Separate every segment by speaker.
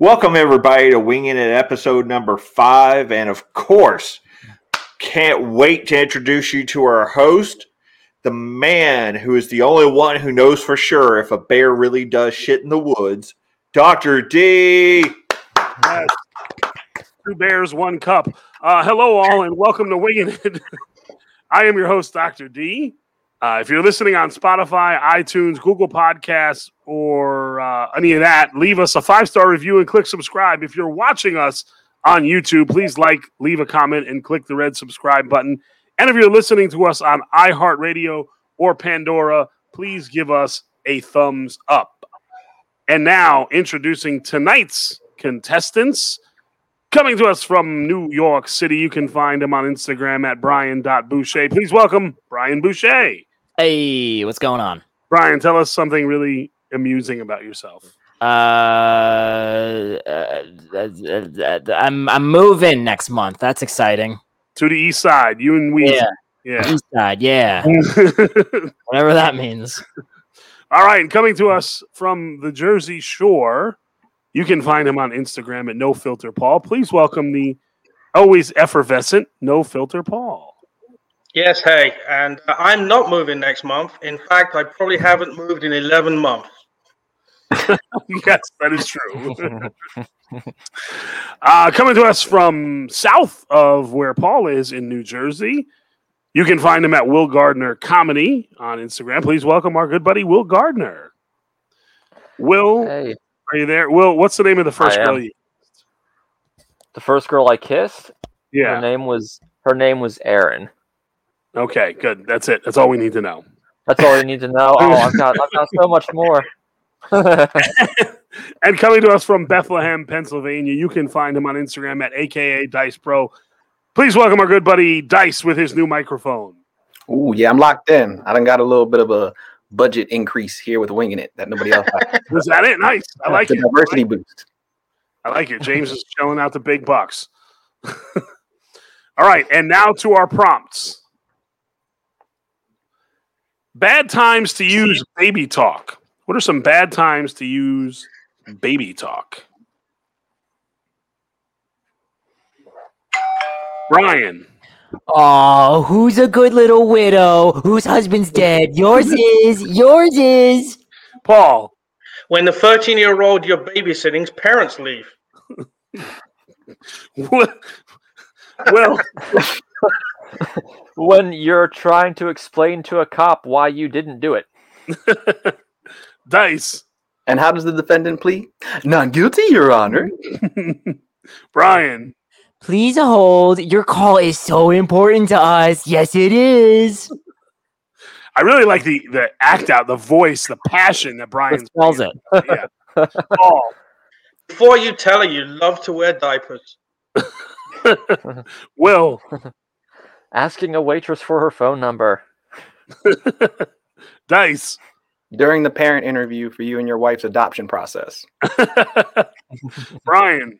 Speaker 1: Welcome, everybody, to Winging It episode number five. And of course, can't wait to introduce you to our host, the man who is the only one who knows for sure if a bear really does shit in the woods, Dr. D.
Speaker 2: Yes. Two bears, one cup. Uh, hello, all, and welcome to Winging It. I am your host, Dr. D. Uh, if you're listening on Spotify, iTunes, Google Podcasts, or uh, any of that, leave us a five star review and click subscribe. If you're watching us on YouTube, please like, leave a comment, and click the red subscribe button. And if you're listening to us on iHeartRadio or Pandora, please give us a thumbs up. And now, introducing tonight's contestants. Coming to us from New York City, you can find him on Instagram at brian.boucher. Please welcome Brian Boucher.
Speaker 3: Hey, what's going on?
Speaker 2: Brian, tell us something really amusing about yourself.
Speaker 3: Uh, uh, uh, uh, I'm I'm moving next month. That's exciting.
Speaker 2: To the east side, you and we. Yeah.
Speaker 3: East side, yeah. Whatever that means.
Speaker 2: All right. And coming to us from the Jersey Shore, you can find him on Instagram at No Filter Paul. Please welcome the always effervescent No Filter Paul.
Speaker 4: Yes, hey, and uh, I'm not moving next month. In fact, I probably haven't moved in 11 months.
Speaker 2: yes, that is true. uh, coming to us from south of where Paul is in New Jersey, you can find him at Will Gardner Comedy on Instagram. Please welcome our good buddy Will Gardner. Will,
Speaker 5: Hey,
Speaker 2: are you there? Will, what's the name of the first
Speaker 5: I am.
Speaker 2: girl? You-
Speaker 5: the first girl I kissed, her
Speaker 2: yeah.
Speaker 5: name was her name was Erin.
Speaker 2: Okay. Good. That's it. That's all we need to know.
Speaker 5: That's all you need to know. Oh, I've got I've got so much more.
Speaker 2: And coming to us from Bethlehem, Pennsylvania, you can find him on Instagram at AKA Dice Pro. Please welcome our good buddy Dice with his new microphone.
Speaker 6: Ooh, yeah, I'm locked in. I done got a little bit of a budget increase here with winging it that nobody else. Has.
Speaker 2: Is that it? Nice. I like
Speaker 6: the
Speaker 2: it.
Speaker 6: diversity boost.
Speaker 2: I like it. James is shelling out the big bucks. All right, and now to our prompts. Bad times to use baby talk. What are some bad times to use baby talk? Brian,
Speaker 3: Oh, who's a good little widow? Whose husband's dead? Yours is. Yours is.
Speaker 2: Paul,
Speaker 4: When the 13 year old you're babysitting's parents leave.
Speaker 2: Wi- Will,
Speaker 5: when you're trying to explain to a cop why you didn't do it.
Speaker 2: Dice,
Speaker 6: And how does the defendant plead? Not guilty, Your Honor.
Speaker 2: Brian,
Speaker 3: Please hold. Your call is so important to us. Yes, it is.
Speaker 2: I really like the the act out, the voice, the passion that
Speaker 3: That
Speaker 2: Brian
Speaker 3: spells it.
Speaker 2: Yeah. Paul,
Speaker 4: Before you tell her you love to wear diapers.
Speaker 2: Will,
Speaker 5: Asking a waitress for her phone number.
Speaker 2: Dice,
Speaker 6: During the parent interview for you and your wife's adoption process.
Speaker 2: Brian,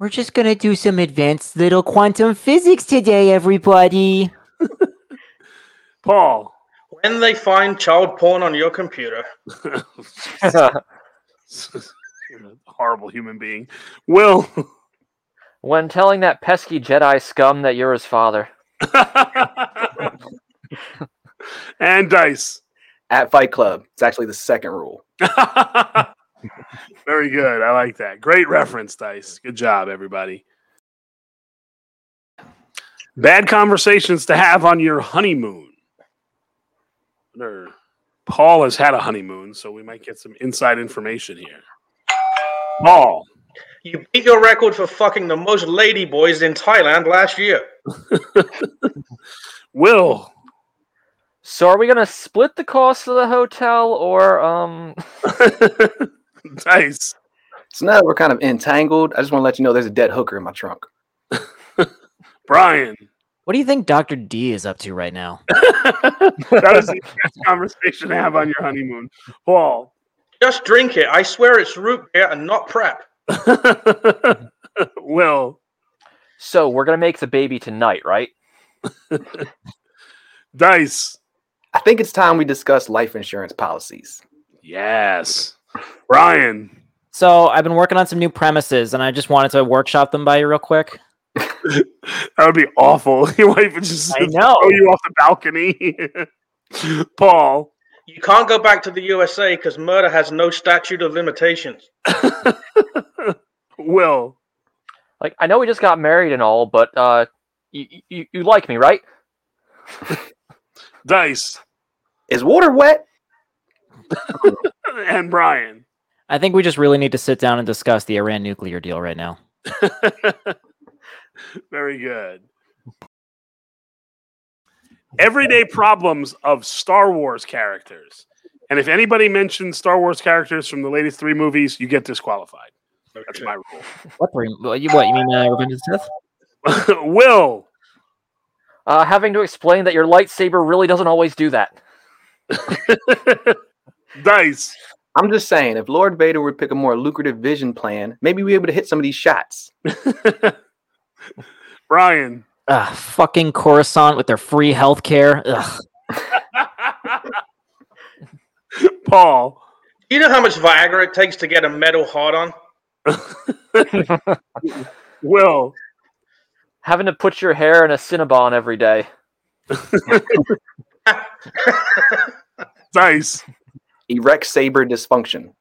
Speaker 3: We're just gonna do some advanced little quantum physics today, everybody.
Speaker 2: Paul,
Speaker 4: When they find child porn on your computer.
Speaker 2: You're a horrible human being. Will,
Speaker 5: when telling that pesky Jedi scum that you're his father.
Speaker 2: and Dice.
Speaker 6: At Fight Club, it's actually the second rule.
Speaker 2: Very good. I like that. Great reference, Dice. Good job, everybody. Bad conversations to have on your honeymoon. Or Paul has had a honeymoon, so we might get some inside information here. Paul,
Speaker 4: You beat your record for fucking the most lady boys in Thailand last year.
Speaker 2: Will,
Speaker 5: So are we gonna split the cost of the hotel or um
Speaker 2: Dice,
Speaker 6: So now that we're kind of entangled, I just want to let you know there's a dead hooker in my trunk.
Speaker 2: Brian.
Speaker 3: What do you think Dr. D is up to right now?
Speaker 2: that was the best conversation to have on your honeymoon. Paul.
Speaker 4: Just drink it. I swear it's root beer and not prep.
Speaker 2: Will.
Speaker 5: so we're gonna make the baby tonight, right?
Speaker 2: Dice.
Speaker 6: I think it's time we discuss life insurance policies.
Speaker 2: Yes. Brian.
Speaker 3: So I've been working on some new premises, and I just wanted to workshop them by you real quick.
Speaker 2: That would be awful. You might even just
Speaker 3: I know.
Speaker 2: throw you off the balcony. Paul.
Speaker 4: You can't go back to the USA because murder has no statute of limitations.
Speaker 2: Will.
Speaker 5: Like I know we just got married and all, but uh, you you, you like me, right?
Speaker 2: Dice.
Speaker 6: Is water wet?
Speaker 2: And Brian.
Speaker 3: I think we just really need to sit down and discuss the Iran nuclear deal right now.
Speaker 2: Very good. Everyday problems of Star Wars characters. And if anybody mentions Star Wars characters from the latest three movies, you get disqualified. That's my
Speaker 3: What? three- What you, what, you mean uh, Revenge of the Sith?
Speaker 2: rule. Will.
Speaker 5: Uh, having to explain that your lightsaber really doesn't always do that.
Speaker 2: Dice.
Speaker 6: I'm just saying, if Lord Vader would pick a more lucrative vision plan, maybe we'd be able to hit some of these shots.
Speaker 2: Brian.
Speaker 3: Ugh, fucking Coruscant with their free healthcare. Ugh.
Speaker 2: Paul.
Speaker 4: You know how much Viagra it takes to get a metal hard on?
Speaker 2: Will.
Speaker 5: Having to put your hair in a Cinnabon every day.
Speaker 2: Dice.
Speaker 6: Erect saber dysfunction.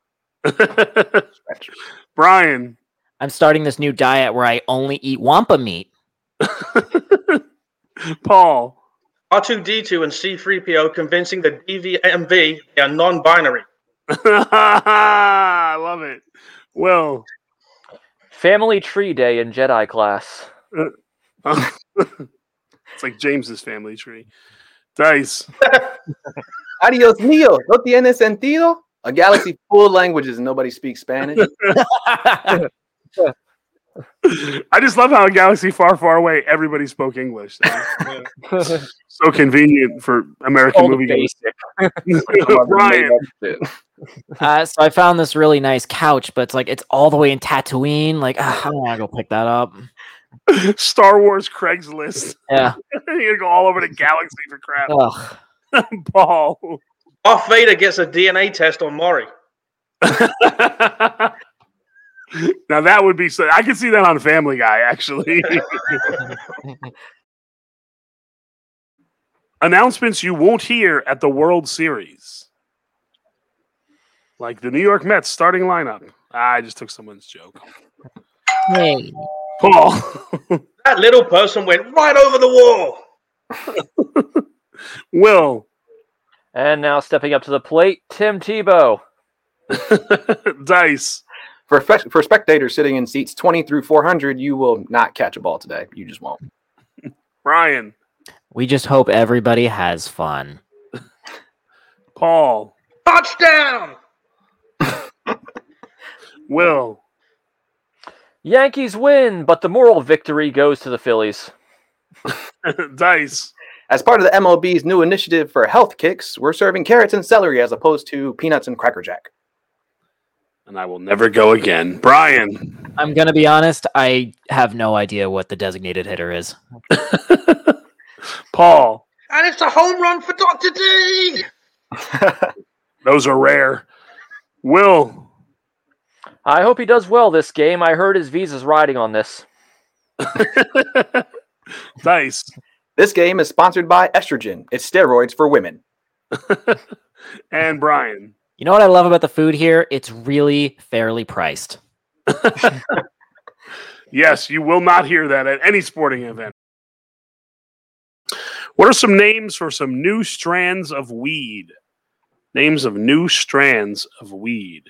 Speaker 2: Brian.
Speaker 3: I'm starting this new diet where I only eat wampa meat.
Speaker 2: Paul.
Speaker 4: R2D2 and C3PO convincing the DVMV they are non binary.
Speaker 2: I love it. Will.
Speaker 5: Family Tree Day in Jedi class.
Speaker 2: It's like James's family tree. Dice.
Speaker 6: Adios mío, no tiene sentido. A galaxy full of languages and nobody speaks Spanish.
Speaker 2: I just love how in Galaxy Far, Far Away, everybody spoke English. That was so convenient for American
Speaker 5: All the
Speaker 2: movie
Speaker 5: basic.
Speaker 2: Brian.
Speaker 3: uh, so I found this really nice couch, but it's like it's all the way in Tatooine. Like ugh, I don't want to go pick that up.
Speaker 2: Star Wars Craigslist.
Speaker 3: Yeah.
Speaker 2: you go all over the galaxy for crap.
Speaker 3: Ugh.
Speaker 2: Paul.
Speaker 4: Darth Vader gets a DNA test on Maury.
Speaker 2: now that would be so. I could see that on Family Guy, actually. Announcements you won't hear at the World Series, like the New York Mets starting lineup. I just took someone's joke.
Speaker 3: Hey.
Speaker 2: Paul,
Speaker 4: That little person went right over the wall.
Speaker 2: Will,
Speaker 5: And now stepping up to the plate, Tim Tebow.
Speaker 2: Dice,
Speaker 6: For, fe- for spectators sitting in seats 20 through 400, you will not catch a ball today. You just won't.
Speaker 2: Ryan,
Speaker 3: We just hope everybody has fun.
Speaker 2: Paul,
Speaker 4: Touchdown!
Speaker 2: Will,
Speaker 5: Yankees win, but the moral victory goes to the Phillies.
Speaker 2: Dice,
Speaker 6: As part of the MLB's new initiative for health kicks, we're serving carrots and celery as opposed to peanuts and cracker jack.
Speaker 2: and I will never go again. Brian,
Speaker 3: I'm gonna be honest. I have no idea what the designated hitter is.
Speaker 2: Paul.
Speaker 4: And it's a home run for Dr. D!
Speaker 2: Those are rare. Will,
Speaker 5: I hope he does well this game. I heard his visa's riding on this.
Speaker 2: Dice,
Speaker 6: This game is sponsored by estrogen. It's steroids for women.
Speaker 2: and Brian.
Speaker 3: You know what I love about the food here? It's really fairly priced.
Speaker 2: Yes, you will not hear that at any sporting event. What are some names for some new strands of weed? Names of new strands of weed.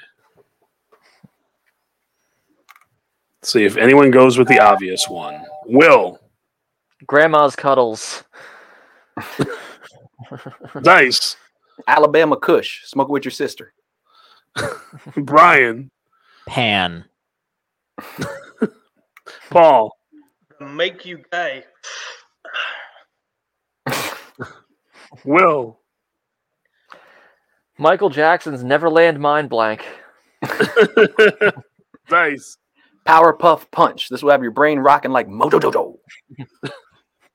Speaker 2: Let's see if anyone goes with the obvious one. Will,
Speaker 5: Grandma's cuddles.
Speaker 2: Dice,
Speaker 6: Alabama Kush, smoke it with your sister.
Speaker 2: Brian,
Speaker 3: Pan.
Speaker 2: Paul,
Speaker 4: Make you gay.
Speaker 2: Will,
Speaker 5: Michael Jackson's Neverland Mind Blank.
Speaker 2: Dice,
Speaker 6: Power Puff Punch. This will have your brain rocking like Mojo Jojo.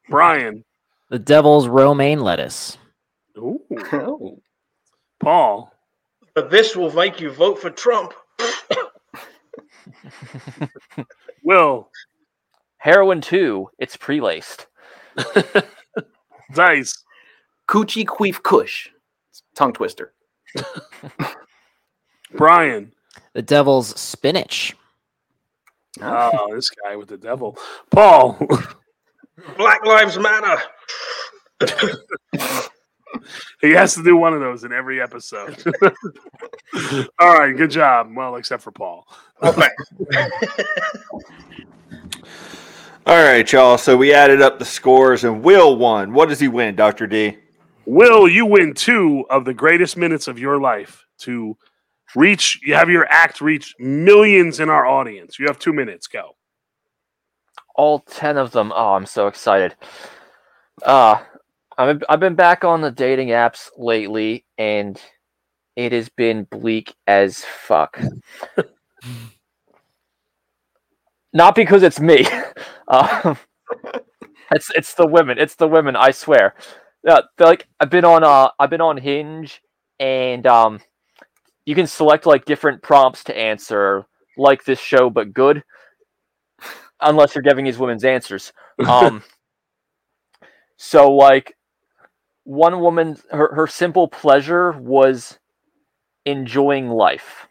Speaker 2: Brian,
Speaker 3: The devil's romaine lettuce.
Speaker 2: Ooh,
Speaker 6: Oh.
Speaker 2: Paul,
Speaker 4: But this will make you vote for Trump.
Speaker 2: Will,
Speaker 5: Heroin two. It's pre-laced.
Speaker 2: Dice,
Speaker 6: Coochie Queef Kush. It's a tongue twister.
Speaker 2: Brian.
Speaker 3: The devil's spinach.
Speaker 2: Oh, this guy with the devil. Paul,
Speaker 4: Black Lives Matter.
Speaker 2: he has to do one of those in every episode. All right, good job. Well, except for Paul.
Speaker 4: Okay.
Speaker 1: All right, y'all. So we added up the scores, and Will won. What does he win, Doctor D?
Speaker 2: Will you win two of the greatest minutes of your life to reach? You have your act reach millions in our audience. You have two minutes. Go.
Speaker 5: all 10 of them. Oh, I'm so excited. Uh, I'm, I've been back on the dating apps lately, and it has been bleak as fuck. Not because it's me. Um, it's it's the women. It's the women. I swear. Yeah, they're like I've been on uh I've been on Hinge, and um, you can select like different prompts to answer, like this show but good unless you're giving these women's answers. Um, so like one woman, her, her simple pleasure was enjoying life,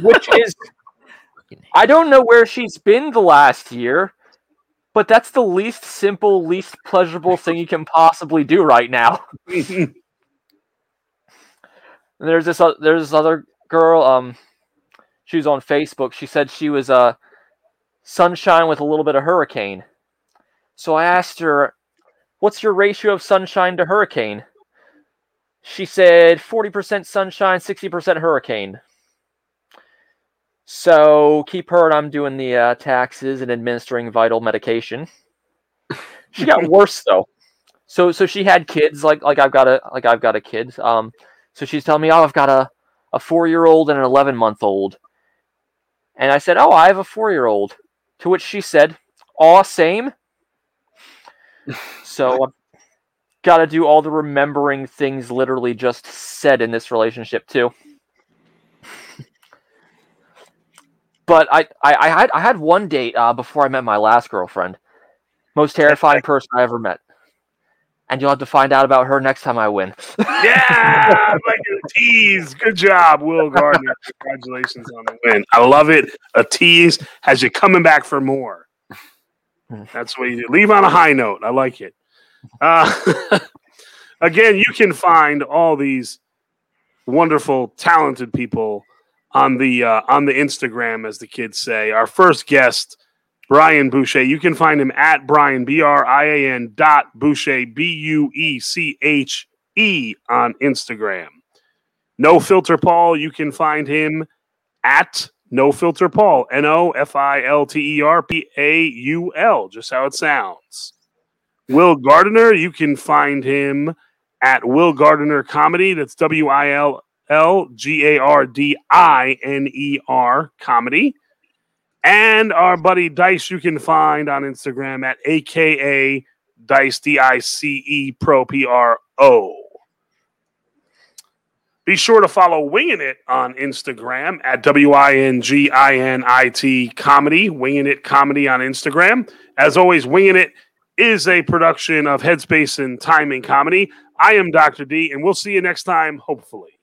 Speaker 5: which is I don't know where she's been the last year, but that's the least simple, least pleasurable thing you can possibly do right now. And there's this o- there's this other girl. Um, she was on Facebook. She said she was uh, sunshine with a little bit of hurricane. So I asked her, "What's your ratio of sunshine to hurricane?" She said, "40% sunshine, 60% hurricane." So keep her and I'm doing the uh, taxes and administering vital medication. She got worse though. So so she had kids like like I've got a like I've got a kid. Um, so she's telling me, "Oh, I've got a a four year old and an 11 month old. And I said, Oh, I have a four year old. To which she said, Aw, same. so I've got to do all the remembering things literally just said in this relationship, too. but I, I, I, had, I had one date uh, before I met my last girlfriend. Most terrifying person I ever met. And you'll have to find out about her next time I win.
Speaker 2: Yeah, I like a tease. Good job, Will Gardner. Congratulations on the win. I love it. A tease has you coming back for more. That's what you do. Leave on a high note. I like it. Uh, again, you can find all these wonderful, talented people on the uh, on the Instagram, as the kids say. Our first guest, Brian Boucher. You can find him at Brian B R I A N dot Boucher B U E C H E on Instagram. No Filter Paul, you can find him at No Filter Paul, N O F I L T E R P A U L, just how it sounds. Will Gardiner, you can find him at Will Gardiner Comedy. That's W I L L G A R D I N E R Comedy. And our buddy Dice, you can find on Instagram at AKA Dice D I C E Pro P R O. Be sure to follow Winging It on Instagram at W I N G I N I T Comedy, Winging It Comedy on Instagram. As always, Winging It is a production of Headspace and Timing Comedy. I am Dr. D, and we'll see you next time, hopefully.